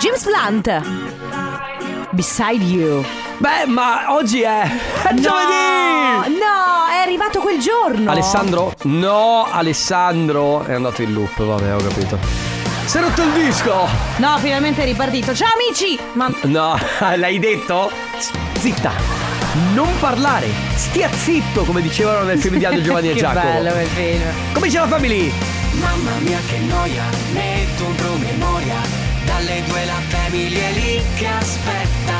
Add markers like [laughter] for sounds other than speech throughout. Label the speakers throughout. Speaker 1: James Blunt. Beside you.
Speaker 2: Beh, ma oggi è, è giovedì!
Speaker 1: No, è arrivato quel giorno.
Speaker 2: Alessandro? No, Alessandro è andato in loop, vabbè, ho capito. Si è rotto il disco!
Speaker 1: No, finalmente è ripartito. Ciao amici. Ma
Speaker 2: No, [laughs] l'hai detto? Zitta! Non parlare! Stia zitto, come dicevano nel film
Speaker 1: [laughs]
Speaker 2: di Aldo Giovanni e
Speaker 1: che
Speaker 2: Giacomo.
Speaker 1: bello quel film.
Speaker 2: Come dice la family?
Speaker 3: Mamma mia che noia, metto un promemoria. Dalle due la famiglia è lì che aspetta.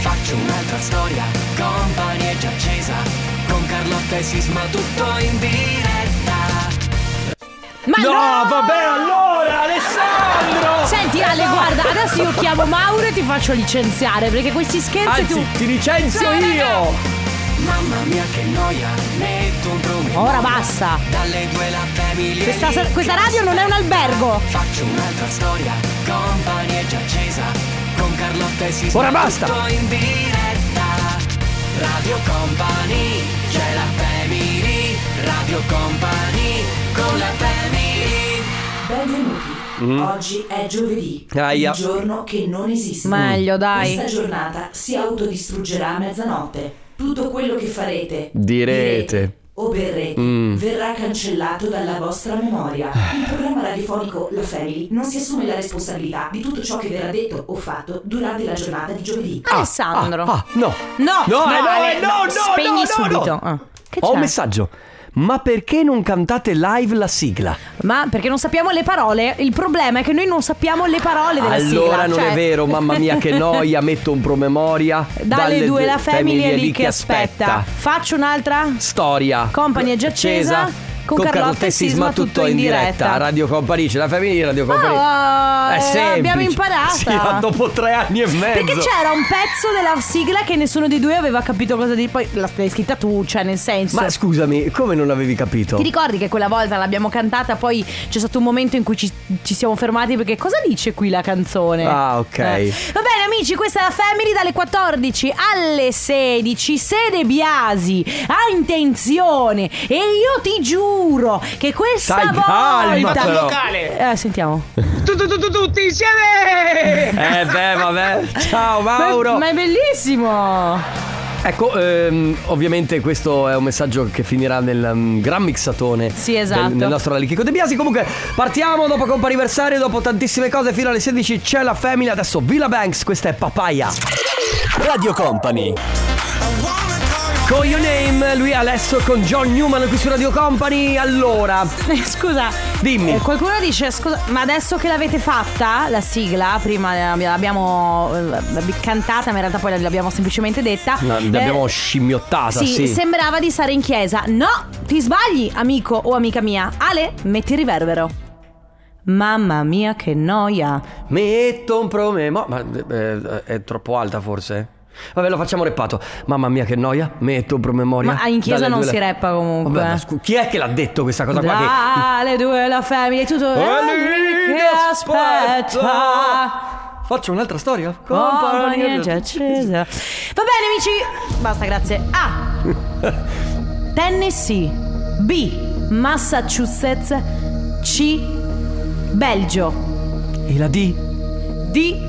Speaker 3: Faccio un'altra storia, company è già accesa. Con Carlotta e Sisma tutto in diretta.
Speaker 1: Ma
Speaker 2: No, vabbè, allora, Alessandro!
Speaker 1: Senti Ale, guarda, adesso io chiamo Mauro e ti faccio licenziare perché questi scherzi
Speaker 2: Anzi,
Speaker 1: tu
Speaker 2: ti licenzio
Speaker 1: Sì,
Speaker 2: io!
Speaker 3: Mamma mia che noia, metto un promemoria.
Speaker 1: Ora basta.
Speaker 3: Dalle due la famiglia è
Speaker 1: Questa,
Speaker 3: lì
Speaker 1: questa
Speaker 3: che
Speaker 1: radio non è un albergo.
Speaker 3: Faccio un'altra storia, company è già accesa Con Carlotta e Sisma
Speaker 2: Ora basta!
Speaker 3: tutto in diretta Radio Company, c'è la family Radio Company, con la family
Speaker 4: Benvenuti. Oggi è giovedì,
Speaker 2: Mm-hmm. Aia.
Speaker 4: un giorno che non esiste.
Speaker 1: Meglio, dai.
Speaker 4: Questa giornata si autodistruggerà a mezzanotte. Tutto quello che farete,
Speaker 2: Direte. Mm.
Speaker 4: o berrete, verrà cancellato dalla vostra memoria. Il programma radiofonico La Family non si assume la responsabilità di tutto ciò che verrà detto o fatto durante la giornata di giovedì.
Speaker 1: Alessandro.
Speaker 2: Ah, ah, no!
Speaker 1: No,
Speaker 2: No, eh, no,
Speaker 1: Ale,
Speaker 2: eh, no, no,
Speaker 1: spegni
Speaker 2: no, no,
Speaker 1: subito.
Speaker 2: no.
Speaker 1: Ah, Che
Speaker 2: Ho
Speaker 1: c'è?
Speaker 2: un messaggio. Ma perché non cantate live la sigla?
Speaker 1: Ma perché non sappiamo le parole? Il problema è che noi non sappiamo le parole della sigla.
Speaker 2: allora non
Speaker 1: cioè-
Speaker 2: è vero, mamma mia
Speaker 1: [laughs]
Speaker 2: che noia, metto un promemoria.
Speaker 1: Dalle, due la famiglia è lì che aspetta. Faccio un'altra?
Speaker 2: Storia.
Speaker 1: Company è già accesa, con Carlotta e Sisma tutto in diretta.
Speaker 2: Radio Company, c'è la famiglia, Radio Company.
Speaker 1: Ah,
Speaker 2: È
Speaker 1: eh,
Speaker 2: semplice.
Speaker 1: l'abbiamo imparata.
Speaker 2: Sì, ma dopo tre anni e mezzo.
Speaker 1: Perché c'era un pezzo della sigla che nessuno dei due aveva capito cosa dire. Poi la- l'hai scritta tu, cioè nel senso.
Speaker 2: Ma scusami, come non avevi capito?
Speaker 1: Ti ricordi che quella volta l'abbiamo cantata, poi c'è stato un momento in cui ci, ci siamo fermati perché cosa dice qui la canzone? Eh.
Speaker 2: Ah, ok.
Speaker 1: Va bene amici, questa è la Family dalle 14 alle 16. Se De Biasi ha intenzione e io ti giuro che questa
Speaker 2: Dai, calma,
Speaker 1: volta...
Speaker 2: però.
Speaker 1: Eh, sentiamo.
Speaker 2: Eh beh, vabbè. Ciao
Speaker 1: Ma,
Speaker 2: Mauro.
Speaker 1: ma è bellissimo!
Speaker 2: Ecco, ehm, ovviamente questo è un messaggio che finirà nel mm, gran mixatone.
Speaker 1: Sì, esatto.
Speaker 2: Del, nel nostro Ralichico De Biasi. Comunque, partiamo dopo Compa Anniversario, dopo tantissime cose, fino alle 16 c'è la famiglia. Adesso Villa Banks, questa è Papaya. Radio Company. Con Your Name, lui Alesso con John Newman qui su Radio Company. Allora,
Speaker 1: Eh, Scusa,
Speaker 2: Dimmi.
Speaker 1: eh, qualcuno dice: Scusa, ma adesso che l'avete fatta la sigla, prima eh, l'abbiamo eh, cantata, ma in realtà poi l'abbiamo semplicemente detta.
Speaker 2: l'abbiamo
Speaker 1: eh,
Speaker 2: scimmiottata,
Speaker 1: sì,
Speaker 2: sì.
Speaker 1: sembrava di stare in chiesa. No, ti sbagli, amico o amica mia. Ale, metti il riverbero. Mamma mia, che noia.
Speaker 2: Metto un promemo. Ma eh, è troppo alta, forse? Vabbè, lo facciamo reppato. Mamma mia, che noia. Metto un promemoria.
Speaker 1: Ma in chiesa
Speaker 2: Dalle
Speaker 1: non
Speaker 2: due
Speaker 1: si
Speaker 2: alle-
Speaker 1: reppa comunque.
Speaker 2: Vabbè, ma scu- chi è che l'ha detto questa cosa qua? Che...
Speaker 1: Ale, due, la famiglia, tutto.
Speaker 2: Eh, lì
Speaker 1: Che
Speaker 2: che
Speaker 1: aspetta.
Speaker 2: Faccio un'altra storia?
Speaker 1: Compagnia
Speaker 2: cioè,
Speaker 1: già accesa. Va bene, amici. Basta, grazie. A. [laughs] Tennessee. B. Massachusetts. C. Belgio.
Speaker 2: E la D?
Speaker 1: D.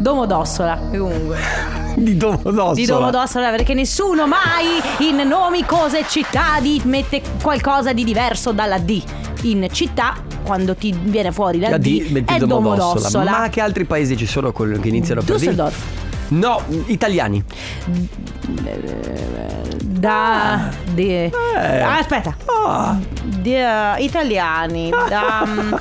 Speaker 1: Domodossola. Comunque.
Speaker 2: Di Domodossola.
Speaker 1: Di Domodossola perché nessuno mai in nomi, cose, città di mette qualcosa di diverso dalla D. In città, quando ti viene fuori la,
Speaker 2: La D, metti
Speaker 1: è
Speaker 2: Domodossola.
Speaker 1: Domodossola.
Speaker 2: Ma che altri paesi ci sono col- che iniziano per D?
Speaker 1: Düsseldorf.
Speaker 2: No, italiani.
Speaker 1: Da. de-
Speaker 2: Eh.
Speaker 1: Ah, aspetta.
Speaker 2: Ah,
Speaker 1: Di, eh, italiani. da,
Speaker 2: [laughs]
Speaker 1: mm,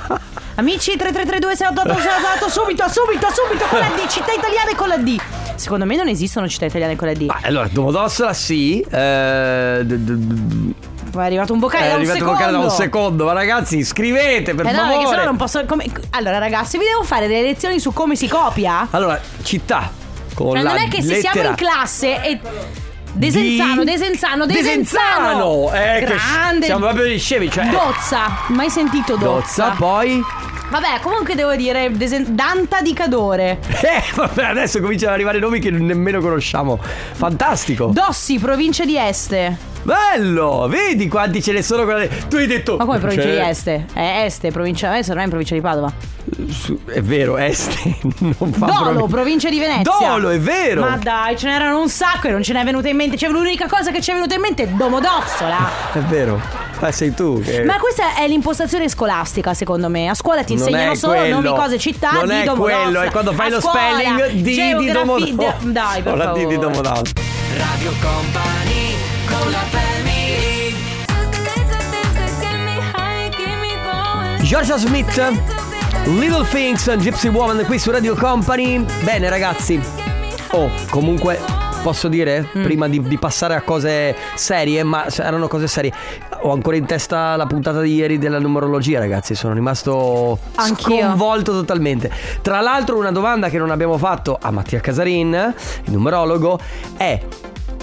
Speaker 1: amici 3332 6888 esatto, subito, subito, subito con la
Speaker 2: [laughs]
Speaker 1: D, città italiane con la D. Secondo me non esistono città italiane con la D.
Speaker 2: ma allora, Domodossola sì. Eh, d- d- d-
Speaker 1: Ma è arrivato un boccale
Speaker 2: è
Speaker 1: da un
Speaker 2: arrivato
Speaker 1: secondo.
Speaker 2: con calma da Eh, un secondo. Ma ragazzi, scrivete per
Speaker 1: Eh no,
Speaker 2: favore.
Speaker 1: perché sennò non posso. come- Allora, ragazzi, vi devo fare delle lezioni su come si copia.
Speaker 2: Allora, città. Con
Speaker 1: Cioè,
Speaker 2: la
Speaker 1: non è che se siamo
Speaker 2: lettera
Speaker 1: in classe e. Desenzano,
Speaker 2: di-
Speaker 1: Desenzano,
Speaker 2: Desenzano!
Speaker 1: Desenzano!
Speaker 2: Eh, che
Speaker 1: Grande!
Speaker 2: siamo proprio gli scemi, cioè-
Speaker 1: Dozza, mai sentito Dozza?
Speaker 2: Dozza, poi. [laughs]
Speaker 1: Vabbè, comunque devo dire Desen- Danta di Cadore.
Speaker 2: Eh, vabbè, adesso cominciano ad arrivare nomi che nemmeno conosciamo. Fantastico.
Speaker 1: Dossi, provincia di Este.
Speaker 2: Bello! Vedi quanti ce ne sono quella- Tu hai detto.
Speaker 1: Ma come provincia
Speaker 2: Cioè,
Speaker 1: di Este? È Este, provincia. Est, non è in provincia di Padova.
Speaker 2: su- È vero, Este [laughs] non fa
Speaker 1: Dolo,
Speaker 2: provi-
Speaker 1: provincia di Venezia.
Speaker 2: Dolo, è vero!
Speaker 1: Ma dai, ce n'erano un sacco e non ce n'è venuta in mente. C'è l'unica cosa che ci è venuta in mente è Domodossola.
Speaker 2: È vero. Ma sei tu che.
Speaker 1: Ma questa è l'impostazione scolastica, secondo me. A scuola ti
Speaker 2: Non
Speaker 1: insegnano
Speaker 2: è
Speaker 1: solo
Speaker 2: quello.
Speaker 1: nomi, cose, città
Speaker 2: Non
Speaker 1: di
Speaker 2: è
Speaker 1: Domodossola.
Speaker 2: quello, è quando fai
Speaker 1: A
Speaker 2: lo
Speaker 1: scuola,
Speaker 2: spelling di, di
Speaker 1: geografia-
Speaker 2: Domodossola.
Speaker 1: Dai, per
Speaker 2: Ora di, di
Speaker 1: favore.
Speaker 2: Domodossola.
Speaker 3: Radio Company con la family
Speaker 2: Georgia Smith, Little Things, Gypsy Woman qui su Radio Company. Bene ragazzi, oh comunque posso dire, prima di, di passare a cose serie, ma se- erano cose serie, ho ancora in testa la puntata di ieri della numerologia ragazzi, sono rimasto
Speaker 1: Anch'io.
Speaker 2: sconvolto totalmente. Tra l'altro una domanda che non abbiamo fatto a Mattia Casarin, il numerologo, è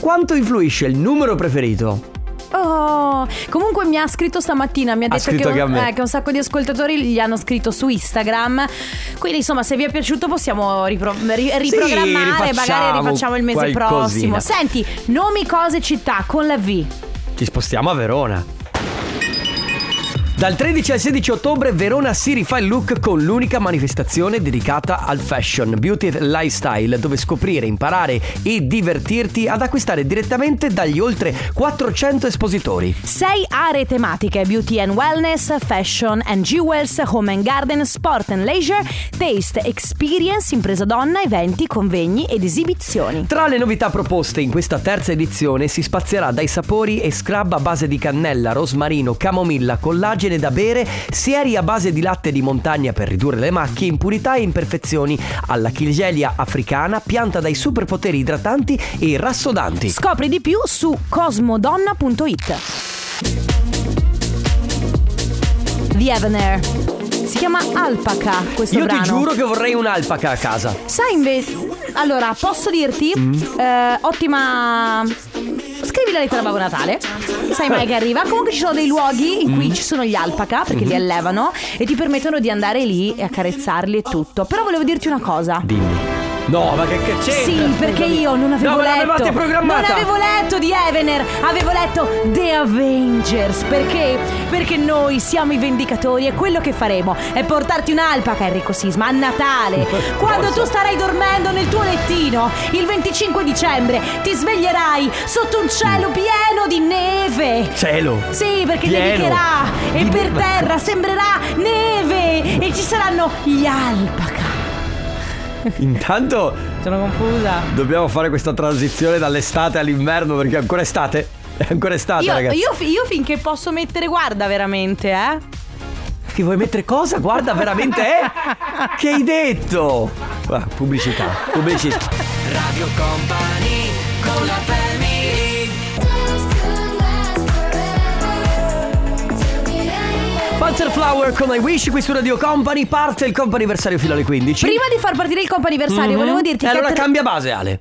Speaker 2: quanto influisce il numero preferito?
Speaker 1: Oh, comunque mi ha scritto stamattina, mi ha detto
Speaker 2: scritto
Speaker 1: che,
Speaker 2: anche a
Speaker 1: un,
Speaker 2: me.
Speaker 1: eh, che un sacco di ascoltatori gli hanno scritto su Instagram. Quindi insomma, se vi è piaciuto possiamo ripro- ri- riprogrammare, magari
Speaker 2: rifacciamo
Speaker 1: rifacciamo il mese
Speaker 2: qualcosina.
Speaker 1: prossimo. Senti, nomi, cose, città con la V.
Speaker 2: Ci spostiamo a Verona. Dal 13 al 16 ottobre Verona si rifà il look con l'unica manifestazione dedicata al fashion, beauty e lifestyle, dove scoprire, imparare e divertirti ad acquistare direttamente dagli oltre 400 espositori.
Speaker 1: Sei aree tematiche: beauty and wellness, fashion and jewels, home and garden, sport and leisure, taste, experience, impresa donna, eventi, convegni ed esibizioni.
Speaker 2: Tra le novità proposte in questa terza edizione si spazierà dai sapori e scrub a base di cannella, rosmarino, camomilla, collagene da bere, sieri a base di latte di montagna per ridurre le macchie, impurità e imperfezioni, alla chilgelia africana, pianta dai superpoteri idratanti e rassodanti.
Speaker 1: Scopri di più su cosmodonna.it. The Avener. Si chiama Alpaca questo
Speaker 2: Io
Speaker 1: brano.
Speaker 2: ti giuro che vorrei un'alpaca a casa.
Speaker 1: Sai invece... Allora, posso dirti...
Speaker 2: Mm.
Speaker 1: eh, ottima... Scrivi la lettera a Babbo Natale, sai mai che arriva. Comunque ci sono dei luoghi in cui
Speaker 2: Mm.
Speaker 1: ci sono gli alpaca perché
Speaker 2: Mm-hmm.
Speaker 1: li allevano e ti permettono di andare lì e accarezzarli e tutto. Però volevo dirti una cosa.
Speaker 2: Dimmi. No, ma che, che c'entra?
Speaker 1: Sì, perché
Speaker 2: Scusami.
Speaker 1: io non avevo
Speaker 2: No, ma
Speaker 1: letto.
Speaker 2: l'avevate programmata.
Speaker 1: Non avevo letto di Evener, avevo letto The Avengers. Perché? Perché noi siamo i vendicatori e quello che faremo è portarti un'alpaca, Enrico Sisma, a
Speaker 2: [laughs]
Speaker 1: Natale. Quando tu starai dormendo nel tuo lettino, il 25 dicembre, ti sveglierai sotto un cielo pieno di neve.
Speaker 2: Cielo.
Speaker 1: Sì, perché
Speaker 2: Pieno.
Speaker 1: nevicherà e
Speaker 2: Di-
Speaker 1: per terra sembrerà neve e ci saranno gli alpaca.
Speaker 2: Intanto
Speaker 1: Sono confusa.
Speaker 2: dobbiamo fare questa transizione dall'estate all'inverno perché è ancora estate. È ancora estate,
Speaker 1: Io,
Speaker 2: ragazzi.
Speaker 1: io fi- io finché posso mettere guarda veramente, eh?
Speaker 2: Ti vuoi mettere cosa? Guarda, veramente eh? Che hai detto? Ah, pubblicità, pubblicità.
Speaker 3: Radio Company con la family
Speaker 2: Panzer Flower con I Wish qui su Radio Company. Parte il comp'anniversario fino alle 15.
Speaker 1: Prima di far partire il comp'anniversario, volevo dirti che
Speaker 2: E Mhm. Eh, allora
Speaker 1: a, Tre-
Speaker 2: cambia base, Ale.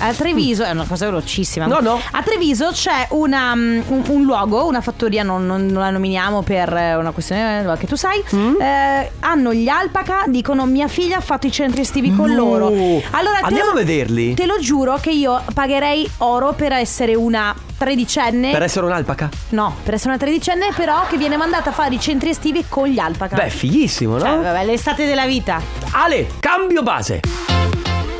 Speaker 1: a Treviso è una cosa velocissima.
Speaker 2: No, no.
Speaker 1: A Treviso c'è una, mm, un, un luogo, una fattoria, non, non- non la nominiamo per eh, una questione che tu sai.
Speaker 2: Mm.
Speaker 1: eh, hanno gli alpaca, dicono mia figlia ha fatto i centri estivi con
Speaker 2: No.
Speaker 1: loro. Allora, te
Speaker 2: Andiamo
Speaker 1: lo-
Speaker 2: a vederli?
Speaker 1: Te lo giuro che io pagherei oro per essere una tredicenne.
Speaker 2: Per essere un'alpaca?
Speaker 1: No, per essere una tredicenne, però, che viene mandata a fare i centri estivi con gli alpaca.
Speaker 2: Beh, fighissimo,
Speaker 1: Cioè,
Speaker 2: no?
Speaker 1: vabbè, l'estate della vita.
Speaker 2: Ale, cambio base.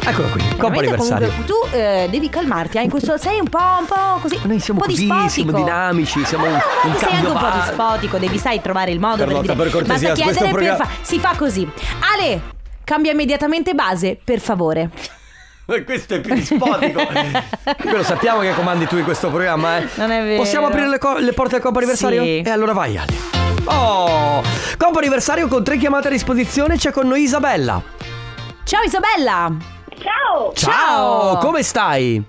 Speaker 2: Eccolo qui,
Speaker 1: Veramente,
Speaker 2: comp'anniversario.
Speaker 1: comunque, tu eh, devi calmarti, hai questo, sei un po', un po' così.
Speaker 2: Noi siamo
Speaker 1: un po
Speaker 2: così,
Speaker 1: dispotico.
Speaker 2: siamo dinamici, siamo
Speaker 1: Eh,
Speaker 2: un-
Speaker 1: no,
Speaker 2: un
Speaker 1: ma sei anche
Speaker 2: cambio
Speaker 1: un po'
Speaker 2: va-
Speaker 1: dispotico, devi sai trovare il modo per
Speaker 2: Carlotta, per
Speaker 1: dire.
Speaker 2: cortesia,
Speaker 1: Basta
Speaker 2: questo
Speaker 1: chiedere per
Speaker 2: programma-
Speaker 1: fa- Si fa così. Ale, cambia immediatamente base, per favore.
Speaker 2: Ma Questo è più dispotico. Quello sappiamo che comandi tu in questo programma, eh.
Speaker 1: Non è vero.
Speaker 2: Possiamo aprire le, co- le porte al compo anniversario?
Speaker 1: Sì.
Speaker 2: E allora vai, Ale. Oh! Compo anniversario con tre chiamate a disposizione, c'è con noi Isabella.
Speaker 1: Ciao Isabella!
Speaker 5: Ciao!
Speaker 1: Ciao!
Speaker 2: Come stai?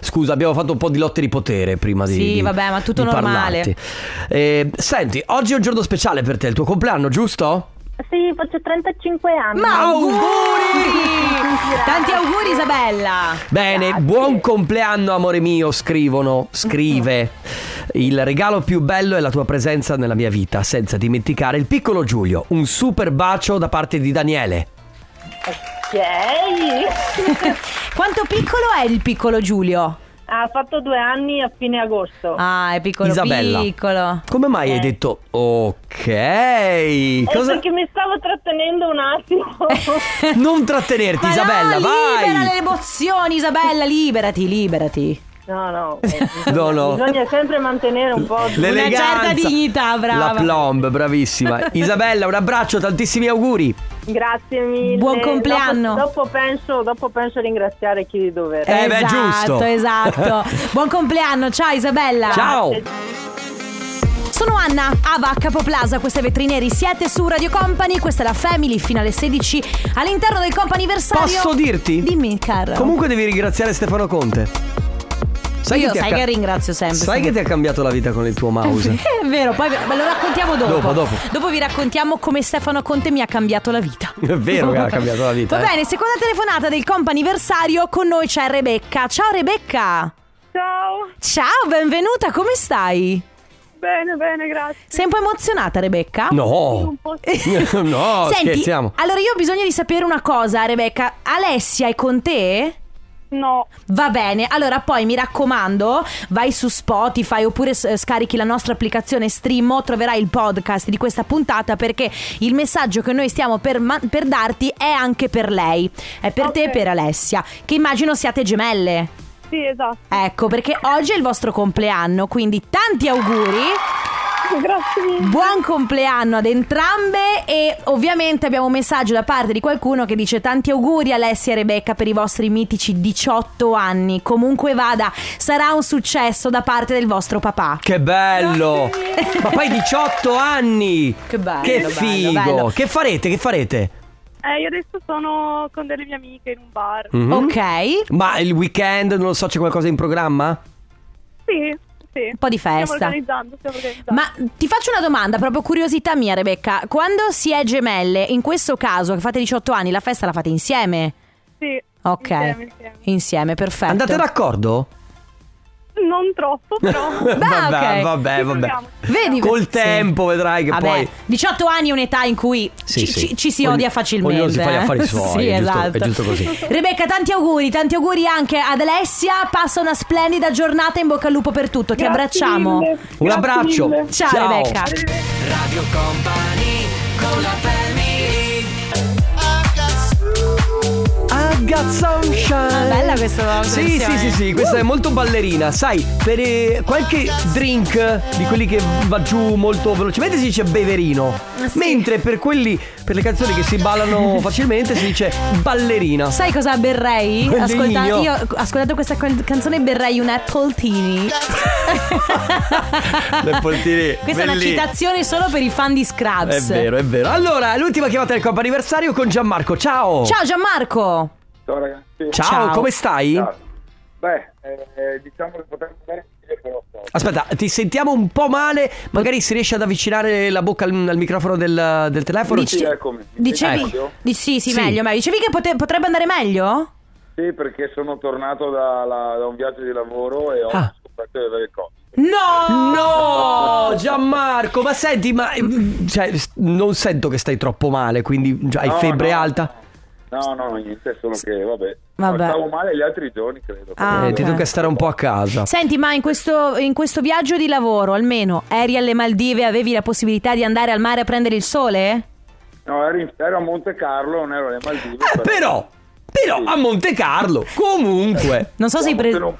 Speaker 2: Scusa, abbiamo fatto un po' di lotte di potere prima di.
Speaker 1: Sì,
Speaker 2: di-
Speaker 1: vabbè, ma tutto
Speaker 2: di
Speaker 1: normale.
Speaker 2: parlarti. Eh, senti, oggi è un giorno speciale per te, è il tuo compleanno, giusto?
Speaker 5: Sì, faccio 35 anni.
Speaker 1: Ma
Speaker 2: Auguri!
Speaker 1: Tanti auguri Isabella!
Speaker 2: Bene, buon compleanno amore mio, scrivono, scrive. Il regalo più bello è la tua presenza nella mia vita, senza dimenticare il piccolo Giulio. Un super bacio da parte di Daniele.
Speaker 5: Ok.
Speaker 1: Quanto piccolo è il piccolo Giulio?
Speaker 5: Ha fatto due anni a fine agosto.
Speaker 1: Ah, è piccolo,
Speaker 2: Isabella.
Speaker 1: piccolo.
Speaker 2: Come mai
Speaker 1: Eh.
Speaker 2: hai detto ok?
Speaker 5: Eh,
Speaker 2: Cosa...
Speaker 5: Perché mi stavo trattenendo un
Speaker 1: [laughs]
Speaker 5: attimo.
Speaker 1: Eh.
Speaker 2: Non trattenerti,
Speaker 1: Ma
Speaker 2: Isabella,
Speaker 1: no, libera
Speaker 2: vai!
Speaker 1: le emozioni, Isabella, liberati, liberati. [laughs]
Speaker 5: No, no. eh,
Speaker 2: No, no.
Speaker 5: Bisogna sempre mantenere un po'. di-
Speaker 2: L'eleganza,
Speaker 1: Una certa dignità, brava.
Speaker 2: La
Speaker 1: [laughs]
Speaker 2: plomb, bravissima. Isabella, un abbraccio, tantissimi auguri.
Speaker 5: Grazie mille.
Speaker 1: Buon compleanno.
Speaker 5: Dopo, dopo penso, dopo penso a ringraziare chi di dovere.
Speaker 2: Eh, beh, giusto.
Speaker 1: Esatto, esatto.
Speaker 2: [laughs]
Speaker 1: Buon compleanno, ciao Isabella.
Speaker 2: Ciao!
Speaker 5: Eh,
Speaker 1: Sono Anna, Ava, Capoplaza, queste vetrineri siete su Radio Company, questa è la Family fino alle 16 all'interno del companiversario.
Speaker 2: Posso dirti?
Speaker 1: Dimmi, caro.
Speaker 2: Comunque devi ringraziare Stefano Conte. Sai
Speaker 1: Io
Speaker 2: ti ha
Speaker 1: sai
Speaker 2: ca-
Speaker 1: che ringrazio sempre.
Speaker 2: Sai che ti ha cambiato la vita con il tuo mouse?
Speaker 1: È vero, poi ve- ve lo raccontiamo dopo.
Speaker 2: Dopo, dopo.
Speaker 1: vi raccontiamo come Stefano Conte mi ha cambiato la vita.
Speaker 2: [laughs] È vero che ha cambiato la vita.
Speaker 1: Va
Speaker 2: eh.
Speaker 1: bene, seconda telefonata del companiversario, con noi c'è Rebecca. Ciao Rebecca!
Speaker 5: Ciao.
Speaker 1: Ciao, benvenuta, come stai?
Speaker 5: Bene, bene, grazie.
Speaker 1: Sei un po' emozionata Rebecca? [laughs]
Speaker 2: No!
Speaker 1: Eh.
Speaker 2: no,
Speaker 1: Senti,
Speaker 2: scherziamo.
Speaker 1: allora io ho bisogno di sapere una cosa Rebecca, Alessia è con te?
Speaker 5: No.
Speaker 1: Va bene, allora poi mi raccomando, vai su Spotify oppure s- scarichi la nostra applicazione Streamo, troverai il podcast di questa puntata perché il messaggio che noi stiamo per, ma- per darti è anche per lei, è per te e
Speaker 5: Ok.
Speaker 1: per Alessia, che immagino siate gemelle.
Speaker 5: Sì, esatto.
Speaker 1: Ecco, perché oggi è il vostro compleanno, quindi tanti auguri. Eh.
Speaker 5: Grazie mille.
Speaker 1: Buon compleanno ad entrambe e ovviamente abbiamo un messaggio da parte di qualcuno che dice tanti auguri Alessia e Rebecca per i vostri mitici 18 anni. Comunque vada, sarà un successo da parte del vostro papà.
Speaker 2: Che bello! Ma poi 18 anni!
Speaker 1: Che bello,
Speaker 2: Che
Speaker 1: bello,
Speaker 2: figo!
Speaker 1: bello.
Speaker 2: Che farete? Che farete?
Speaker 5: Eh, io adesso sono con delle mie amiche in un bar.
Speaker 2: Mhm.
Speaker 1: Ok? Un
Speaker 2: Ma il weekend, non lo so, c'è qualcosa in programma?
Speaker 1: Certo.
Speaker 5: Sì, sì.
Speaker 1: po' di festa.
Speaker 5: organizzando, stiamo organizzando.
Speaker 1: Ma ti faccio una domanda, proprio curiosità mia Rebecca, quando si è gemelle, in questo caso che fate 18 anni, la festa la fate insieme?
Speaker 5: Sì.
Speaker 1: Ok,
Speaker 5: Insieme, insieme.
Speaker 1: Insieme, perfetto.
Speaker 2: Andate d'accordo?
Speaker 5: Non troppo, però.
Speaker 1: [laughs]
Speaker 2: [laughs] vabbè,
Speaker 1: ok.
Speaker 2: vabbè,
Speaker 5: Ci
Speaker 2: vabbè.
Speaker 5: proviamo.
Speaker 1: Vedi?
Speaker 2: Col
Speaker 1: Sì.
Speaker 2: tempo vedrai che
Speaker 1: Vabbè,
Speaker 2: poi
Speaker 1: 18 anni è un'età in cui
Speaker 2: Sì,
Speaker 1: ci,
Speaker 2: sì.
Speaker 1: ci- ci si
Speaker 2: Ogni-
Speaker 1: odia facilmente.
Speaker 2: ognuno si fa gli
Speaker 1: eh.
Speaker 2: affari suoi,
Speaker 1: [laughs] sì,
Speaker 2: è giusto- è
Speaker 1: esatto.
Speaker 2: giusto così.
Speaker 1: Rebecca, tanti auguri, tanti auguri anche ad Alessia. Passa una splendida giornata, in bocca al lupo per tutto. Ti
Speaker 5: Grazie
Speaker 1: abbracciamo.
Speaker 5: mille.
Speaker 2: un
Speaker 5: Grazie
Speaker 2: abbraccio.
Speaker 5: mille.
Speaker 1: Ciao, Rebecca.
Speaker 3: Radio Company con la family
Speaker 2: I got sunshine.
Speaker 1: Bella questa nuova
Speaker 2: Sì,
Speaker 1: versione.
Speaker 2: sì, sì, sì, questa è molto ballerina. Sai, per eh, qualche drink di quelli che va giù molto velocemente si dice beverino.
Speaker 1: Ah,
Speaker 2: Mentre per quelli, per le canzoni che si
Speaker 1: [laughs]
Speaker 2: ballano facilmente si dice ballerina.
Speaker 1: Sai cosa berrei?
Speaker 2: Quello
Speaker 1: Ascolta-
Speaker 2: igno.
Speaker 1: io ascoltato questa can- canzone berrei un Apple
Speaker 2: [laughs]
Speaker 1: Tini.
Speaker 2: Le poltine,
Speaker 1: Questa è una
Speaker 2: bellissime.
Speaker 1: citazione solo per i fan di
Speaker 2: È
Speaker 1: Scrubs.
Speaker 2: vero, è vero. Allora, l'ultima chiamata del compo anniversario con Gianmarco. Ciao.
Speaker 1: Ciao Gianmarco.
Speaker 6: Ciao ragazzi.
Speaker 2: Ciao,
Speaker 1: Ciao.
Speaker 2: come stai?
Speaker 6: Ciao. Beh, eh, diciamo che potremmo andare dire però no.
Speaker 2: Aspetta, ti sentiamo un po' male. Magari si riesce ad avvicinare la bocca al, al microfono del, del telefono?
Speaker 1: Dici-
Speaker 6: Sì, eccomi. ecco, Mi
Speaker 1: Dicevi,
Speaker 6: senti meglio?
Speaker 1: di- sì, sì,
Speaker 2: Sì.
Speaker 1: meglio, meglio. Dicevi che pote- potrebbe andare meglio?
Speaker 6: Sì, perché sono tornato da, la- da un viaggio di lavoro e ho
Speaker 2: Ah.
Speaker 6: scoperto di avere il Covid.
Speaker 1: No!
Speaker 2: No, Gianmarco, ma senti, ma eh, cioè, s- non sento che stai troppo male, quindi cioè, hai
Speaker 6: No,
Speaker 2: febbre
Speaker 6: no.
Speaker 2: alta.
Speaker 6: No, no, niente, solo che vabbè.
Speaker 1: Vabbè.
Speaker 6: No, Stavo male gli altri giorni, credo.
Speaker 1: Ah,
Speaker 2: Eh,
Speaker 6: Però-
Speaker 1: ok.
Speaker 2: Ti tocca stare un po' a casa.
Speaker 1: Senti, ma in questo, in questo viaggio di lavoro, almeno eri alle Maldive, avevi la possibilità di andare al mare a prendere il sole?
Speaker 6: No, ero, in- ero a Monte Carlo, non ero alle Maldive.
Speaker 2: Eh, però, però a Monte Carlo, comunque.
Speaker 1: Non so se hai
Speaker 6: diciamo,
Speaker 1: preso.
Speaker 6: se,
Speaker 1: [laughs]
Speaker 6: non,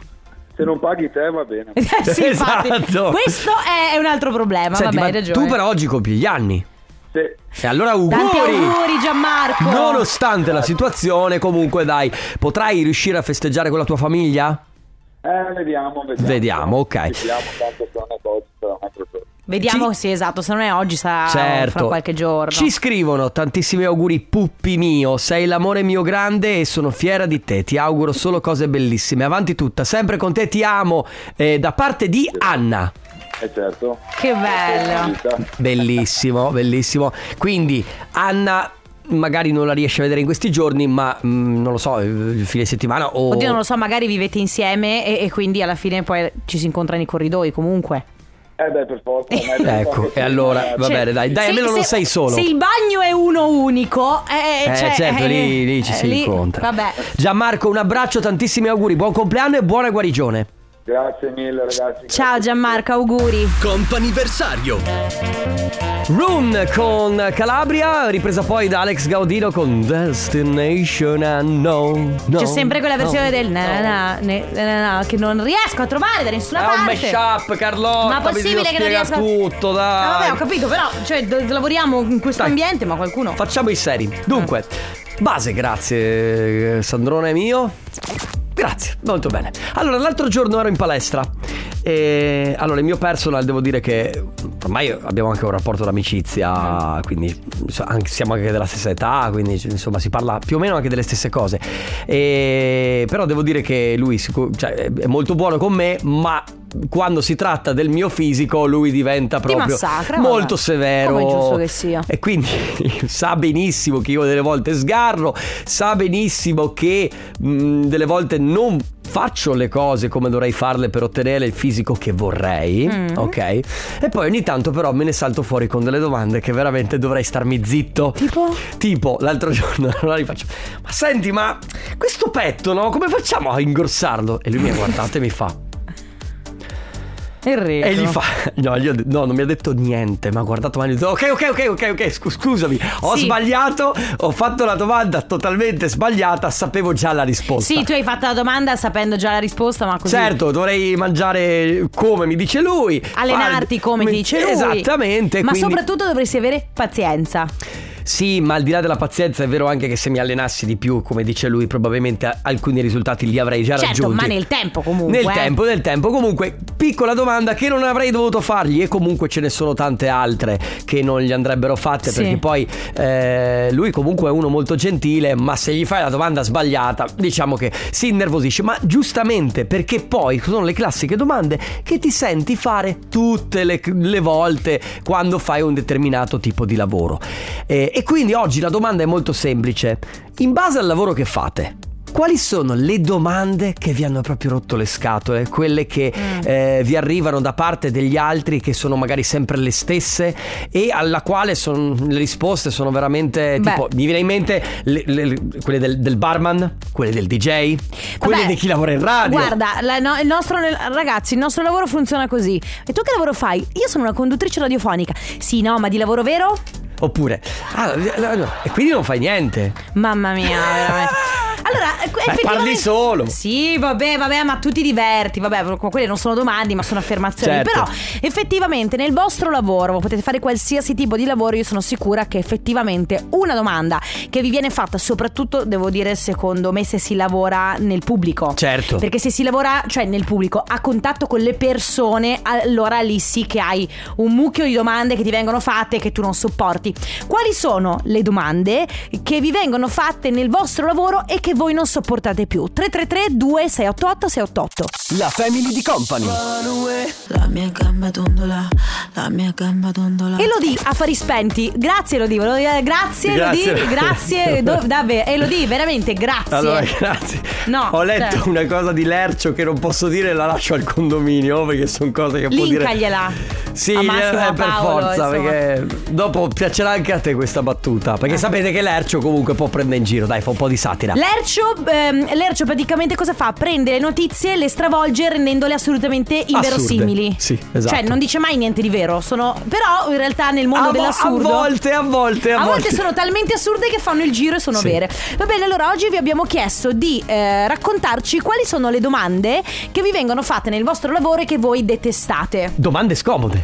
Speaker 6: se non paghi te va bene.
Speaker 2: [laughs]
Speaker 1: sì, infatti.
Speaker 2: Esatto.
Speaker 1: Questo è, è un altro problema.
Speaker 2: Senti,
Speaker 1: Vabbè, hai
Speaker 2: ma
Speaker 1: ragione.
Speaker 2: tu però oggi compi gli anni.
Speaker 6: Sì.
Speaker 2: E allora
Speaker 1: Tanti auguri, Gianmarco.
Speaker 2: Nonostante la situazione, comunque dai, potrai riuscire a festeggiare con la tua famiglia?
Speaker 6: Eh, vediamo, vediamo.
Speaker 2: Vediamo, ok.
Speaker 6: Vediamo tanto sarà una cosa, sarà un altro giorno.
Speaker 1: Vediamo,
Speaker 2: Ci-
Speaker 1: sì, esatto. Se non è oggi, sarà fra
Speaker 2: certo.
Speaker 1: qualche giorno.
Speaker 2: Ci scrivono tantissimi auguri, Puppi mio, sei l'amore mio grande e sono fiera di te. Ti auguro solo cose bellissime. Avanti tutta, sempre con te ti amo. Eh, da parte di Anna.
Speaker 6: Eh certo.
Speaker 1: Che bello.
Speaker 6: Vita.
Speaker 1: [laughs]
Speaker 2: Bellissimo, bellissimo. Quindi Anna magari non la riesce a vedere in questi giorni, ma mm, non lo so, il fine settimana o
Speaker 1: Oddio, non lo so, magari vivete insieme e, e quindi alla fine poi ci si incontra nei corridoi comunque.
Speaker 6: Eh beh, per
Speaker 1: [laughs]
Speaker 6: forza. ormai per
Speaker 2: Ecco,
Speaker 6: forza.
Speaker 2: e allora va
Speaker 1: Cioè,
Speaker 2: bene, dai, dai,
Speaker 1: se-
Speaker 2: almeno
Speaker 1: se-
Speaker 2: non sei solo.
Speaker 1: Se il bagno è uno unico, eh,
Speaker 2: Eh,
Speaker 1: cioè,
Speaker 2: certo,
Speaker 1: eh,
Speaker 2: lì, lì ci
Speaker 1: eh,
Speaker 2: si incontra.
Speaker 1: Vabbè.
Speaker 2: Gianmarco, un abbraccio, tantissimi auguri, buon compleanno e buona guarigione.
Speaker 6: Grazie mille ragazzi.
Speaker 1: Ciao Gianmarco, auguri.
Speaker 2: Comp'anniversario Rune con Calabria, ripresa poi da Alex Gaudino con Destination Unknown. No,
Speaker 1: C'è sempre quella versione
Speaker 2: no,
Speaker 1: del na, na, na, ne- na, na, na, che non riesco a trovare da
Speaker 2: È
Speaker 1: nessuna
Speaker 2: un
Speaker 1: parte.
Speaker 2: mashup,
Speaker 1: Ma
Speaker 2: Carlotta.
Speaker 1: possibile
Speaker 2: mi
Speaker 1: che non
Speaker 2: spiega
Speaker 1: riesco a-
Speaker 2: tutto, dai.
Speaker 1: Ah, vabbè, ho capito, però cioè, do- lavoriamo in questo
Speaker 2: Dai.
Speaker 1: ambiente, ma qualcuno.
Speaker 2: Facciamo i seri. Dunque, base, grazie eh, Sandrone mio. Grazie, molto bene. Allora, l'altro giorno ero in palestra e allora il mio personal devo dire che ormai abbiamo anche un rapporto d'amicizia, quindi so- anche- siamo anche della stessa età, quindi insomma si parla più o meno anche delle stesse cose. E, però devo dire che lui sicu- cioè, è molto buono con me, ma quando si tratta del mio fisico lui diventa proprio
Speaker 1: massacra, vabbè.
Speaker 2: molto severo.
Speaker 1: Come è giusto che sia.
Speaker 2: E quindi [laughs] sa benissimo che io delle volte sgarro, sa benissimo che mh, delle volte non faccio le cose come dovrei farle per ottenere il fisico che vorrei,
Speaker 1: Mm.
Speaker 2: ok? E poi ogni tanto però me ne salto fuori con delle domande che veramente dovrei starmi zitto.
Speaker 1: Tipo?
Speaker 2: Tipo, l'altro giorno [laughs] allora gli faccio, ma senti, ma questo petto, no? Come facciamo a ingrossarlo? E lui mi ha guardato e mi fa,
Speaker 1: Il re.
Speaker 2: e gli fa. [laughs] No, gli ho de- no, non mi ha detto niente, ma ha guardato male. e ha detto, Ok, ok, ok, ok, ok, scu- scusami. Ho
Speaker 1: Sì.
Speaker 2: sbagliato, ho fatto la domanda totalmente sbagliata, sapevo già la risposta.
Speaker 1: Sì, tu hai fatto la domanda sapendo già la risposta, ma così.
Speaker 2: Certo, dovrei mangiare come mi dice lui.
Speaker 1: Allenarti
Speaker 2: fare-
Speaker 1: come ti dice lui.
Speaker 2: Esattamente.
Speaker 1: Ma
Speaker 2: quindi-
Speaker 1: soprattutto dovresti avere pazienza.
Speaker 2: Sì, ma al di là della pazienza è vero anche che se mi allenassi di più, come dice lui, probabilmente a- alcuni risultati li avrei già
Speaker 1: Certo, ma
Speaker 2: raggiunti.
Speaker 1: nel tempo comunque,
Speaker 2: Nel
Speaker 1: eh.
Speaker 2: tempo, nel tempo. Comunque, piccola domanda che non avrei dovuto fargli e comunque ce ne sono tante altre che non gli andrebbero fatte
Speaker 1: Sì.
Speaker 2: perché poi eh, lui comunque è uno molto gentile, ma se gli fai la domanda sbagliata, diciamo che si innervosisce, ma giustamente perché poi sono le classiche domande che ti senti fare tutte le, le volte quando fai un determinato tipo di lavoro. Eh, e quindi oggi la domanda è molto semplice. In base al lavoro che fate, quali sono le domande che vi hanno proprio rotto le scatole? Quelle che
Speaker 1: Mm.
Speaker 2: eh, vi arrivano da parte degli altri, che sono magari sempre le stesse e alla quale son- le risposte sono veramente...
Speaker 1: Beh.
Speaker 2: Tipo, mi viene in mente le- le- le- quelle del, del barman, quelle del DJ, quelle
Speaker 1: Vabbè,
Speaker 2: di chi lavora in radio.
Speaker 1: Guarda, la- no, il nostro, ragazzi, il nostro lavoro funziona così. E tu che lavoro fai? Io sono una conduttrice radiofonica. Sì, no, ma di lavoro vero?
Speaker 2: Oppure... "Ah, no, no, e quindi non fai niente.
Speaker 1: Mamma mia, veramente.
Speaker 2: [laughs]
Speaker 1: Allora, eh, effettivamente...
Speaker 2: parli solo.
Speaker 1: Sì, vabbè, vabbè, ma tu ti diverti, vabbè, quelle non sono domande, ma sono affermazioni.
Speaker 2: Certo.
Speaker 1: Però effettivamente nel vostro lavoro, potete fare qualsiasi tipo di lavoro, io sono sicura che effettivamente una domanda che vi viene fatta, soprattutto devo dire secondo me se si lavora nel pubblico.
Speaker 2: Certo.
Speaker 1: Perché se si lavora, cioè nel pubblico, a contatto con le persone, allora lì sì che hai un mucchio di domande che ti vengono fatte e che tu non sopporti. Quali sono le domande che vi vengono fatte nel vostro lavoro e che voi non sopportate più? 333 2688 688
Speaker 2: La family di company.
Speaker 7: La mia gamba dondola, la mia gamba
Speaker 2: Ah.
Speaker 7: dondola.
Speaker 1: Elodie a fari spenti, grazie Elodie, volevo dire grazie Elodie,
Speaker 2: Grazie.
Speaker 1: grazie,
Speaker 2: [laughs]
Speaker 1: Do- davvero, Elodie veramente grazie.
Speaker 2: Allora, grazie.
Speaker 1: No,
Speaker 2: Ho letto
Speaker 1: cioè-
Speaker 2: una cosa di Lercio che non posso dire, la lascio al condominio oh, perché sono cose che può dire.
Speaker 1: Linkagliela.
Speaker 2: Sì,
Speaker 1: A Massimo,
Speaker 2: eh,
Speaker 1: a
Speaker 2: per
Speaker 1: Paolo,
Speaker 2: forza,
Speaker 1: insomma. Eh.
Speaker 2: perché dopo piacerà anche a te questa battuta. Perché sapete che Lercio comunque può prendere in giro, dai, fa un po' di satira.
Speaker 1: Lercio, ehm, Lercio praticamente cosa fa? Prende le notizie, le stravolge rendendole assolutamente inverosimili.
Speaker 2: Sì, esatto.
Speaker 1: Cioè, non dice mai niente di vero. Sono... Però in realtà nel mondo
Speaker 2: a, vo-
Speaker 1: dell'assurdo.
Speaker 2: a volte, a volte, a,
Speaker 1: A volte sono talmente assurde che fanno il giro e sono
Speaker 2: Sì.
Speaker 1: vere. Va bene, allora oggi vi abbiamo chiesto di eh, raccontarci quali sono le domande che vi vengono fatte nel vostro lavoro e che voi detestate.
Speaker 2: Domande scomode.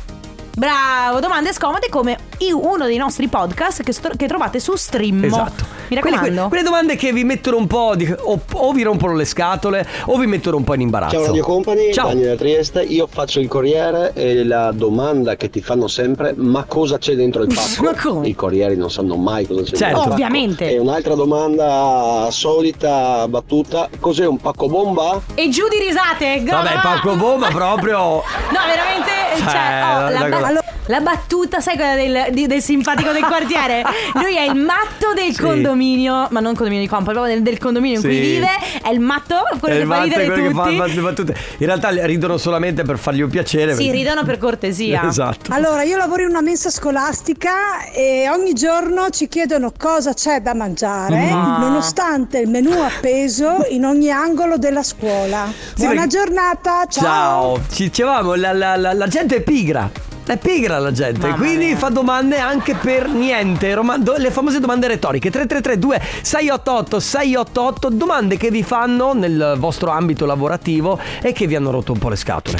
Speaker 1: Bravo, domande scomode come i- uno dei nostri podcast che, stro- che trovate su Stream.
Speaker 2: Esatto.
Speaker 1: Mi
Speaker 2: Quelle-
Speaker 1: raccomando.
Speaker 2: Quelle, quelle domande che vi mettono un po'. di- o, o vi rompono le scatole, o vi mettono un po' in imbarazzo.
Speaker 8: Ciao Radio Company,
Speaker 2: Ciao.
Speaker 8: Daniele da Trieste, io faccio il corriere e la domanda che ti fanno sempre ma cosa
Speaker 1: [laughs]
Speaker 8: c'è dentro il pacco?
Speaker 1: Ma come?
Speaker 8: I corrieri non sanno mai cosa c'è
Speaker 2: Certo.
Speaker 8: dentro il pacco.
Speaker 1: Ovviamente.
Speaker 8: E un'altra domanda solita, battuta, cos'è un pacco bomba?
Speaker 1: E giù di risate.
Speaker 2: Vabbè, Paco Bomba proprio.
Speaker 1: No, veramente. Cioè,
Speaker 2: Cioè,
Speaker 1: oh, la,
Speaker 2: la cosa-
Speaker 1: allora, La battuta, sai quella del, di- del simpatico del
Speaker 2: [laughs]
Speaker 1: quartiere? Lui è il matto del
Speaker 2: Sì.
Speaker 1: condominio, ma non condominio di compa, proprio del, del condominio in cui
Speaker 2: Sì.
Speaker 1: vive. È il matto, quello
Speaker 2: Eh,
Speaker 1: che fa
Speaker 2: Matte è
Speaker 1: ridere
Speaker 2: quello che fa
Speaker 1: tutti.
Speaker 2: bat- le battute. In realtà le ridono solamente per fargli un piacere.
Speaker 1: sì,
Speaker 2: perché-
Speaker 1: ridono per cortesia.
Speaker 2: [laughs] Esatto.
Speaker 9: Allora, io lavoro in una mensa scolastica e ogni giorno ci chiedono cosa c'è da mangiare,
Speaker 1: Ma-
Speaker 9: nonostante il menù appeso in ogni angolo della scuola. Buona
Speaker 2: perché-
Speaker 9: giornata, ciao!
Speaker 2: Ciao, ci dicevamo, la, la- la- la gente è pigra. È pigra la gente,
Speaker 1: Mamma
Speaker 2: quindi
Speaker 1: mia.
Speaker 2: fa domande anche per niente. Romando- le famose domande retoriche: 3332 688 688. Domande che vi fanno nel vostro ambito lavorativo e che vi hanno rotto un po' le scatole.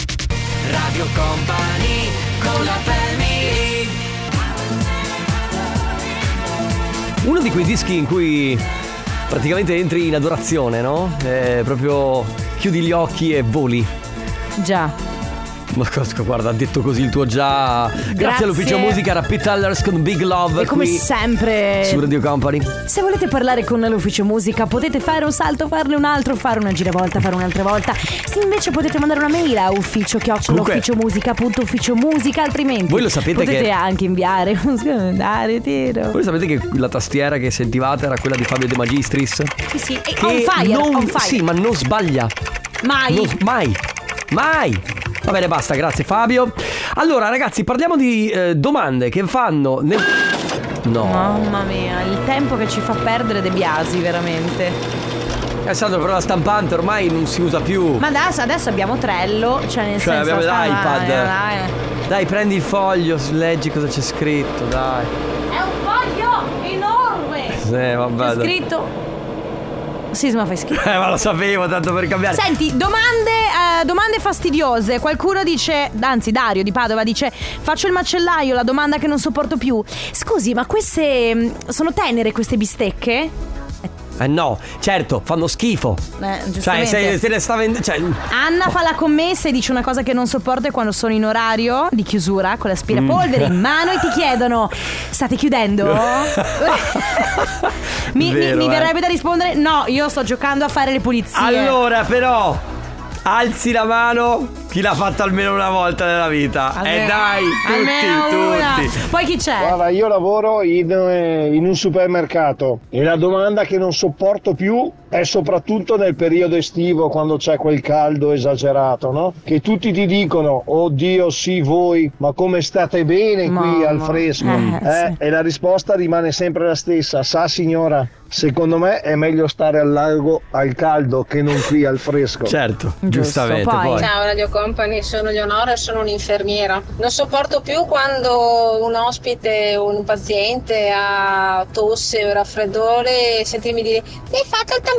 Speaker 3: Radio Company con la family
Speaker 2: Uno di quei dischi in cui praticamente entri in adorazione, no? Eh, proprio chiudi gli occhi e voli.
Speaker 1: Già.
Speaker 2: Ma cosa- guarda, ha detto così il tuo già. Grazie,
Speaker 1: Grazie.
Speaker 2: all'ufficio musica, era Pete Tellers con Big Love.
Speaker 1: E come
Speaker 2: qui
Speaker 1: sempre.
Speaker 2: Su Radio Company.
Speaker 1: Se volete parlare con l'ufficio musica potete fare un salto, farne un altro, fare una giravolta, fare un'altra volta. Se invece potete mandare una mail a ufficio chiocciola
Speaker 2: Comunque-
Speaker 1: ufficiomusica.ufficiomusica, altrimenti
Speaker 2: Voi lo sapete
Speaker 1: potete
Speaker 2: che-
Speaker 1: anche inviare [laughs] un dare tiro.
Speaker 2: Voi sapete che la tastiera che sentivate era quella di Fabio De Magistris?
Speaker 1: Sì, sì, e
Speaker 2: Che
Speaker 1: on fire,
Speaker 2: non-
Speaker 1: on fire.
Speaker 2: Sì, ma non sbaglia.
Speaker 1: Mai.
Speaker 2: Non s- mai. Mai. Va bene, basta, grazie Fabio. Allora, ragazzi, parliamo di eh, domande che fanno nel. No.
Speaker 1: Mamma mia, il tempo che ci fa perdere De Biasi, veramente.
Speaker 2: Alessandro, però la stampante ormai non si usa più.
Speaker 1: Ma adesso, adesso abbiamo Trello, cioè nel
Speaker 2: Cioè,
Speaker 1: senso...
Speaker 2: abbiamo
Speaker 1: sta- eh,
Speaker 2: l'iPad.
Speaker 1: dai, dai.
Speaker 2: Dai, prendi il foglio, s- leggi cosa c'è scritto, dai.
Speaker 1: È un foglio enorme!
Speaker 2: Eh, vabbè.
Speaker 1: C'è
Speaker 2: dai.
Speaker 1: scritto... Sisma fai schifo.
Speaker 2: [laughs] Eh, ma lo sapevo, tanto per cambiare.
Speaker 1: Senti, domande, eh, domande fastidiose. Qualcuno dice, anzi Dario di Padova dice, faccio il macellaio, la domanda che non sopporto più. Scusi, ma queste mm, sono tenere queste bistecche?
Speaker 2: Eh no, certo, fanno schifo.
Speaker 1: Eh,
Speaker 2: Cioè,
Speaker 1: giustamente. eh.
Speaker 2: se, se le sta vendendo. Cioè,
Speaker 1: Anna fa la commessa e dice una cosa che non sopporto è quando sono in orario di chiusura con l'aspirapolvere
Speaker 2: Mm.
Speaker 1: in mano e ti chiedono state chiudendo?
Speaker 2: [laughs]
Speaker 1: mi, mi-
Speaker 2: Vero,
Speaker 1: mi
Speaker 2: eh.
Speaker 1: verrebbe da rispondere no, io sto giocando a fare le pulizie.
Speaker 2: Allora, però, alzi la mano chi l'ha fatta almeno una volta nella vita. E
Speaker 1: Almeno-
Speaker 2: eh, dai,
Speaker 1: almeno una.
Speaker 2: tutti, tutti.
Speaker 1: Poi chi c'è?
Speaker 8: Eh. Guarda, io lavoro in, eh, in un supermercato e la domanda che non sopporto più è soprattutto nel periodo estivo quando c'è quel caldo esagerato, no? Che tutti ti dicono, oddio sì voi, ma come state bene qui
Speaker 1: Mamma.
Speaker 8: al fresco?
Speaker 1: Eh, sì.
Speaker 8: Eh, E la risposta rimane sempre la stessa, sa signora, secondo me è meglio stare al largo al caldo che non qui al fresco.
Speaker 2: Certo,
Speaker 1: Giusto,
Speaker 2: giustamente.
Speaker 1: poi-
Speaker 2: Poi.
Speaker 10: Ciao Radio Company, sono Leonora e sono un'infermiera. Non sopporto più quando un ospite o un paziente ha tosse o raffreddore e sentirmi dire mi hai fatto il tampone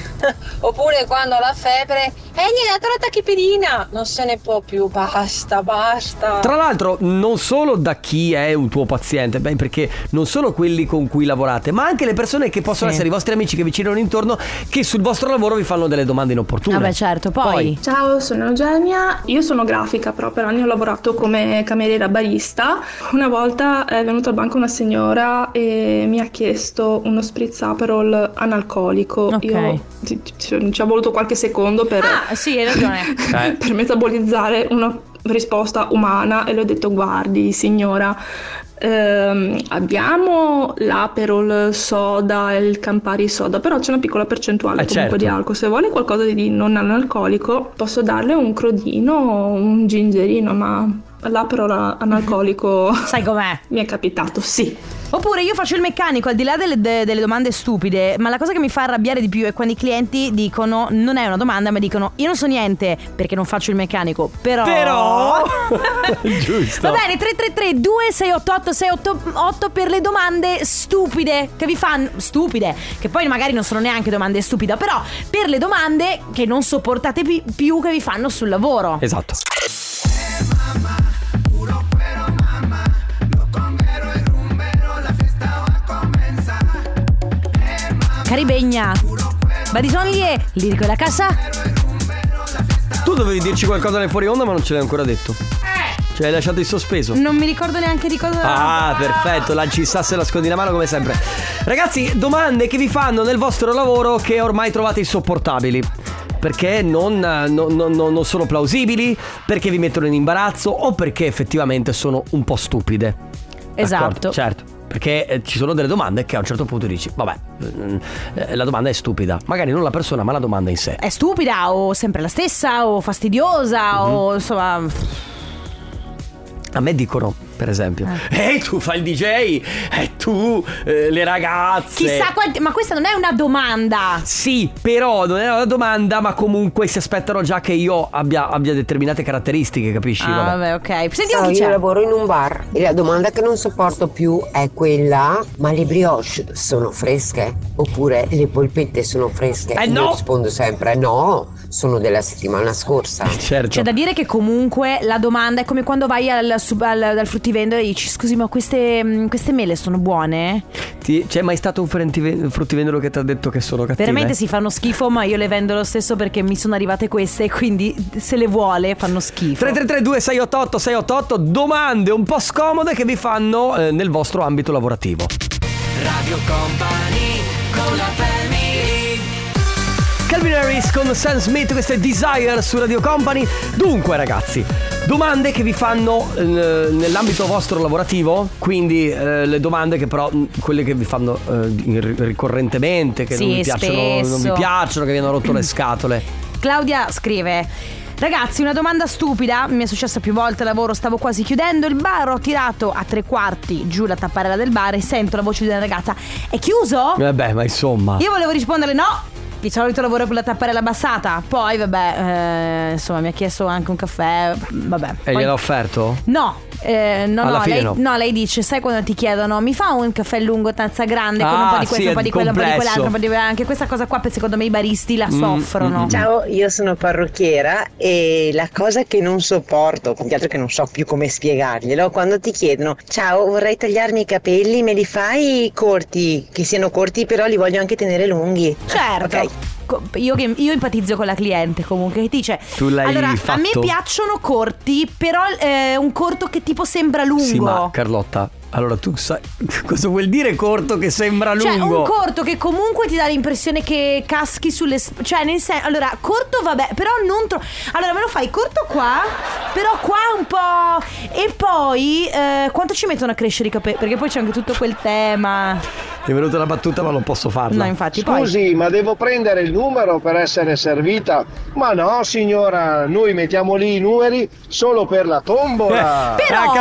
Speaker 10: [laughs] oppure quando ha la febbre e gli hai dato la tachipirina. Non se ne può più, basta, basta.
Speaker 2: Tra l'altro, non solo da chi è un tuo paziente, beh, perché non solo quelli con cui lavorate, ma anche le persone che possono
Speaker 1: Sì.
Speaker 2: essere i vostri amici che vi girano intorno, che sul vostro lavoro vi fanno delle domande inopportune.
Speaker 1: Vabbè certo, poi,
Speaker 11: Ciao, sono Eugenia. Io sono grafica, però per anni ho lavorato come cameriera barista. Una volta è venuta al banco una signora e mi ha chiesto uno spritz Aperol analcolico.
Speaker 1: Ok.
Speaker 11: Io ci, ci- ci ho voluto qualche secondo per,
Speaker 1: Ah, sì, hai ragione.
Speaker 2: Eh.
Speaker 11: [laughs] per metabolizzare una risposta umana e le ho detto guardi signora ehm, abbiamo l'aperol soda e il campari soda però c'è una piccola percentuale
Speaker 2: Eh,
Speaker 11: comunque di
Speaker 2: certo.
Speaker 11: alcol se vuole qualcosa di non analcolico posso darle un crodino o un gingerino ma l'aperol analcolico
Speaker 1: Sai com'è?
Speaker 11: mi è capitato sì
Speaker 1: Oppure io faccio il meccanico, al di là delle, de- delle domande stupide, ma la cosa che mi fa arrabbiare di più è quando i clienti dicono, non è una domanda, ma dicono, io non so niente perché non faccio il meccanico, però...
Speaker 2: [laughs] Però-
Speaker 1: [laughs]
Speaker 2: Giusto.
Speaker 1: Va bene, 333 2688 688 per le domande stupide che vi fanno... Stupide, che poi magari non sono neanche domande stupide, però per le domande che non sopportate pi- più che vi fanno sul lavoro.
Speaker 2: Esatto.
Speaker 1: Caribegna, Badisomiglie, Lirico e la Casa,
Speaker 2: Tu dovevi dirci qualcosa nel fuori onda, ma non ce l'hai ancora detto. Cioè, hai lasciato in sospeso.
Speaker 1: non mi ricordo neanche di cosa...
Speaker 2: Ah, perfetto, lanci il sasso e la scondi la mano come sempre. Ragazzi, domande che vi fanno nel vostro lavoro che ormai trovate insopportabili. perché non, non- non- non- non sono plausibili, perché vi mettono in imbarazzo o perché effettivamente sono un po' stupide.
Speaker 1: Esatto.
Speaker 2: D'accordo, certo. Perché eh, ci sono delle domande che a un certo punto dici, vabbè, mm, eh, la domanda è stupida. Magari non la persona, ma la domanda in sé.
Speaker 1: È stupida o sempre la stessa o fastidiosa o insomma...
Speaker 2: A me dicono, per esempio,
Speaker 1: Eh.
Speaker 2: ehi tu fai il DJ, e tu eh, le ragazze.
Speaker 1: Chissà quanti... Ma questa non è una domanda.
Speaker 2: Sì, però non era una domanda, ma comunque si aspettano già che io abbia, abbia determinate caratteristiche, capisci?
Speaker 1: Ah, vabbè, ok. Sentiamo
Speaker 12: Ciao,
Speaker 1: chi
Speaker 12: io
Speaker 1: c'è.
Speaker 12: lavoro in un bar e la domanda che non sopporto più è quella: ma le brioche sono fresche? Oppure le polpette sono fresche?
Speaker 1: Eh,
Speaker 12: Io
Speaker 1: no!
Speaker 12: rispondo sempre: no, sono della settimana scorsa.
Speaker 2: Certo.
Speaker 1: C'è da dire che comunque la domanda è come quando vai al, sub- al- dal fruttivendolo e dici scusi ma queste, mh, queste mele sono buone?
Speaker 2: Ti- c'è mai stato un frentiven- fruttivendolo che ti ha detto che sono cattive?
Speaker 1: Veramente si fanno schifo ma io le vendo lo stesso perché mi sono arrivate queste e quindi se le vuole fanno schifo.
Speaker 2: 3332 688 688 domande un po' scomode che vi fanno eh, nel vostro ambito lavorativo.
Speaker 3: Radio Company con la family
Speaker 2: Calvin Harris con Sam Smith, questo è Desire su Radio Company. Dunque ragazzi, domande che vi fanno eh, nell'ambito vostro lavorativo, quindi eh, le domande che però, mh, quelle che vi fanno eh, ri- ricorrentemente, che non,
Speaker 1: Sì,
Speaker 2: vi piacciono, non vi
Speaker 1: spesso.
Speaker 2: piacciono, che vi hanno rotto le scatole.
Speaker 1: Claudia scrive. Ragazzi, una domanda stupida, mi è successa più volte al lavoro, stavo quasi chiudendo il bar, ho tirato a tre quarti giù la tapparella del bar e sento la voce di una ragazza. È chiuso?
Speaker 2: Vabbè, Eh ma insomma...
Speaker 1: Oh. Io volevo risponderle no. Di solito lavoro con la tapparella abbassata. Poi, vabbè, eh, insomma, mi ha chiesto anche un caffè. Vabbè.
Speaker 2: E
Speaker 1: Poi-
Speaker 2: gliel'ha offerto?
Speaker 1: No, eh, no,
Speaker 2: Alla
Speaker 1: no,
Speaker 2: fine
Speaker 1: lei,
Speaker 2: no.
Speaker 1: lei dice, sai quando ti chiedono mi fa un caffè lungo, tazza grande, con un
Speaker 2: Ah,
Speaker 1: po' di questo,
Speaker 2: sì,
Speaker 1: un po'
Speaker 2: è
Speaker 1: di quello, un po' di
Speaker 2: complesso. Mm,
Speaker 1: quell'altro, un po' di anche questa cosa qua, per- secondo me i baristi la soffrono.
Speaker 13: Ciao, io sono parrucchiera e la cosa che non sopporto, più che altro che non so più come spiegarglielo, quando ti chiedono ciao vorrei tagliarmi i capelli, me li fai corti, che siano corti però li voglio anche tenere lunghi.
Speaker 1: Certo. Co- Io, che- io empatizzo con la cliente comunque che dice
Speaker 2: Tu l'hai
Speaker 1: allora a
Speaker 2: fatto?"
Speaker 1: me piacciono corti però eh, un corto che tipo sembra lungo
Speaker 2: Sì, ma Carlotta, allora tu sai [laughs] cosa vuol dire corto che sembra lungo?
Speaker 1: Cioè, un corto che comunque ti dà l'impressione che caschi sulle. sp- Cioè, nel senso. Allora, corto vabbè, però non troppo. Allora, me lo fai corto qua, però qua un po'. E poi, eh, quanto ci mettono a crescere i capelli? Perché poi c'è anche tutto quel tema.
Speaker 2: È venuta la battuta, ma non posso farla. Eh,
Speaker 1: No, infatti, poi.
Speaker 8: Scusi, ma devo prendere il numero per essere servita? Ma no, signora, noi mettiamo lì i numeri solo per la
Speaker 2: [laughs]
Speaker 8: tombola.
Speaker 1: Però,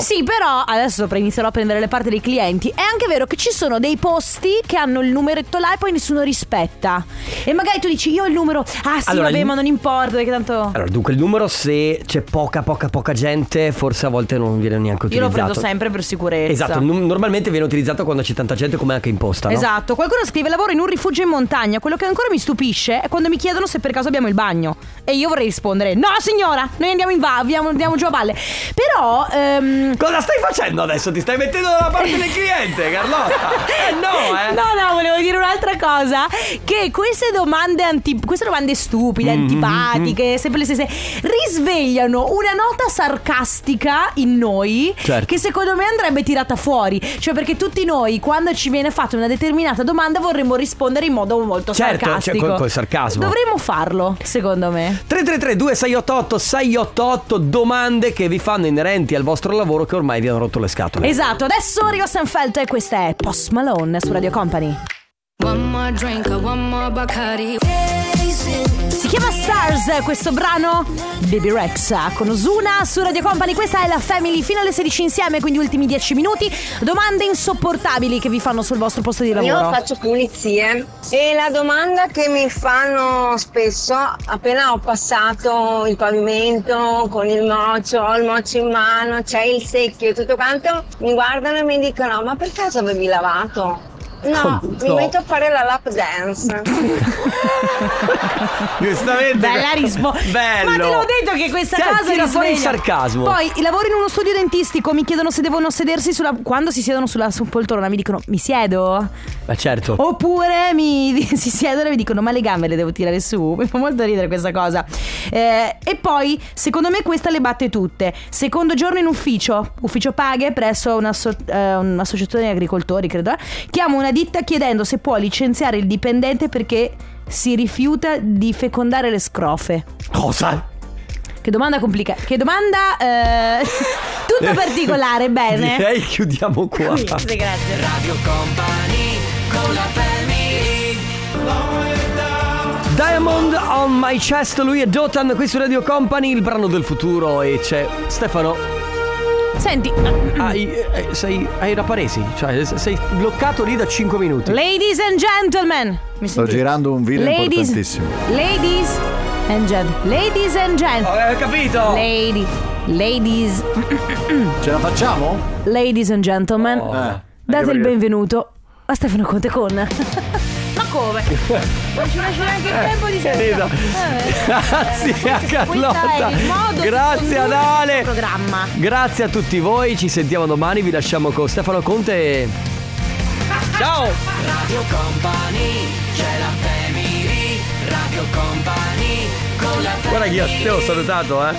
Speaker 1: Sì, però adesso sopra inizierò a prendere le parti dei clienti. È anche vero che ci sono dei posti che hanno il numeretto là e poi nessuno rispetta. E magari tu dici, io ho il numero. Ah, sì,
Speaker 2: Allora,
Speaker 1: vabbè,
Speaker 2: il-
Speaker 1: ma non importa, perché tanto.
Speaker 2: Allora, dunque, il numero se c'è poca, poca, poca gente, forse a volte non viene neanche
Speaker 1: Io lo
Speaker 2: utilizzato.
Speaker 1: prendo sempre per sicurezza.
Speaker 2: Esatto, il num- normalmente viene utilizzato quando c'è tanta gente, come anche in posta. no?
Speaker 1: Esatto, qualcuno scrive lavoro in un rifugio in montagna. Quello che ancora mi stupisce è quando mi chiedono se per caso abbiamo il bagno. E io vorrei rispondere: No, signora, noi andiamo in va, andiamo, andiamo giù a valle. Però. ehm,
Speaker 2: Cosa stai facendo adesso? Ti stai mettendo dalla parte del cliente, Carlotta? Eh [laughs] no,
Speaker 1: [laughs]
Speaker 2: eh!
Speaker 1: No, no, volevo dire un'altra cosa. Che queste domande, anti- queste domande stupide,
Speaker 2: Mm-hmm,
Speaker 1: antipatiche, sempre le stesse, risvegliano una nota sarcastica in noi
Speaker 3: Certo.
Speaker 1: che secondo me andrebbe tirata fuori. Cioè, perché tutti noi, quando ci viene fatta una determinata domanda, vorremmo rispondere in modo molto
Speaker 2: Certo, cioè,
Speaker 1: sarcastico.
Speaker 2: col- col sarcasmo.
Speaker 1: Dovremmo farlo, secondo me.
Speaker 2: 333 688 688 domande che vi fanno inerenti al vostro lavoro che ormai vi hanno rotto le scatole.
Speaker 1: Esatto, adesso Rico Sanfelto e questa è Post Malone su Radio Company.
Speaker 14: One more drink, uh, one more Bacardi.
Speaker 1: Si chiama Stars questo brano Baby Rexa con Osuna su Radio Company Questa è la Family fino alle 16 insieme Quindi ultimi 10 minuti Domande insopportabili che vi fanno sul vostro posto di lavoro
Speaker 10: Io faccio pulizie e la domanda che mi fanno spesso appena ho passato il pavimento con il mocio, ho il mocio in mano, c'è il secchio e tutto quanto, mi guardano e mi dicono ma per caso avevi lavato? No,
Speaker 2: Oh,
Speaker 10: mi
Speaker 2: no.
Speaker 10: metto a fare la lap dance.
Speaker 2: Giustamente.
Speaker 1: Bella risposta
Speaker 2: [laughs]
Speaker 1: [laughs]
Speaker 2: Bello.
Speaker 1: Ma te l'ho detto che questa
Speaker 2: Cioè,
Speaker 1: cosa
Speaker 2: tira
Speaker 1: risveglia.
Speaker 2: fuori il sarcasmo.
Speaker 1: Poi lavoro in uno studio dentistico Mi chiedono se devono sedersi sulla... Quando si siedono sulla sul poltrona Mi dicono mi siedo?
Speaker 2: Ma certo.
Speaker 1: Oh. Oppure mi, [laughs] si siedono e mi dicono: Ma le gambe le devo tirare su. [laughs] Mi fa molto ridere questa cosa. Eh, e poi, secondo me, questa le batte tutte. Secondo giorno in ufficio, ufficio paghe presso una so- eh, un'associazione di agricoltori, credo. eh, Chiamo una ditta chiedendo se può licenziare il dipendente perché si rifiuta di fecondare le scrofe.
Speaker 2: Cosa?
Speaker 1: Che domanda complicata. Che domanda... eh, [laughs] tutto particolare, bene.
Speaker 2: [laughs] Direi chiudiamo qua.
Speaker 1: Qui, sì, Eh, grazie.
Speaker 3: Radio Company con la family.
Speaker 2: Diamond on my chest, lui è Dotan qui su Radio Company, il brano del futuro e c'è Stefano.
Speaker 1: Mm. Senti,
Speaker 2: Hai, eh, sei, hai raparesi, cioè se- sei bloccato lì da 5 minuti.
Speaker 1: ladies and gentlemen. Mi
Speaker 15: Sto
Speaker 1: sento-
Speaker 15: girando un video
Speaker 1: Ladies,
Speaker 15: importantissimo.
Speaker 1: ladies and gentlemen. Ladies and gentlemen.
Speaker 2: Ho Eh, capito.
Speaker 1: Lady, ladies,
Speaker 15: Ce la facciamo?
Speaker 1: ladies and gentlemen.
Speaker 15: Oh.
Speaker 2: Ah.
Speaker 1: Date il benvenuto a Stefano Conte con.
Speaker 2: [laughs]
Speaker 1: Ma come? Non ci lascia neanche il tempo di
Speaker 2: Credo. Grazie a Eh, Carlotta.
Speaker 1: Questo è il modo di
Speaker 2: Grazie ad
Speaker 1: condurre
Speaker 2: Ale.
Speaker 1: questo programma.
Speaker 2: Grazie a tutti voi, ci sentiamo domani, vi lasciamo con Stefano Conte. e- Ciao!
Speaker 3: Radio Company, c'è la family. Radio Company con la family.
Speaker 2: Guarda che io te l'ho salutato, eh.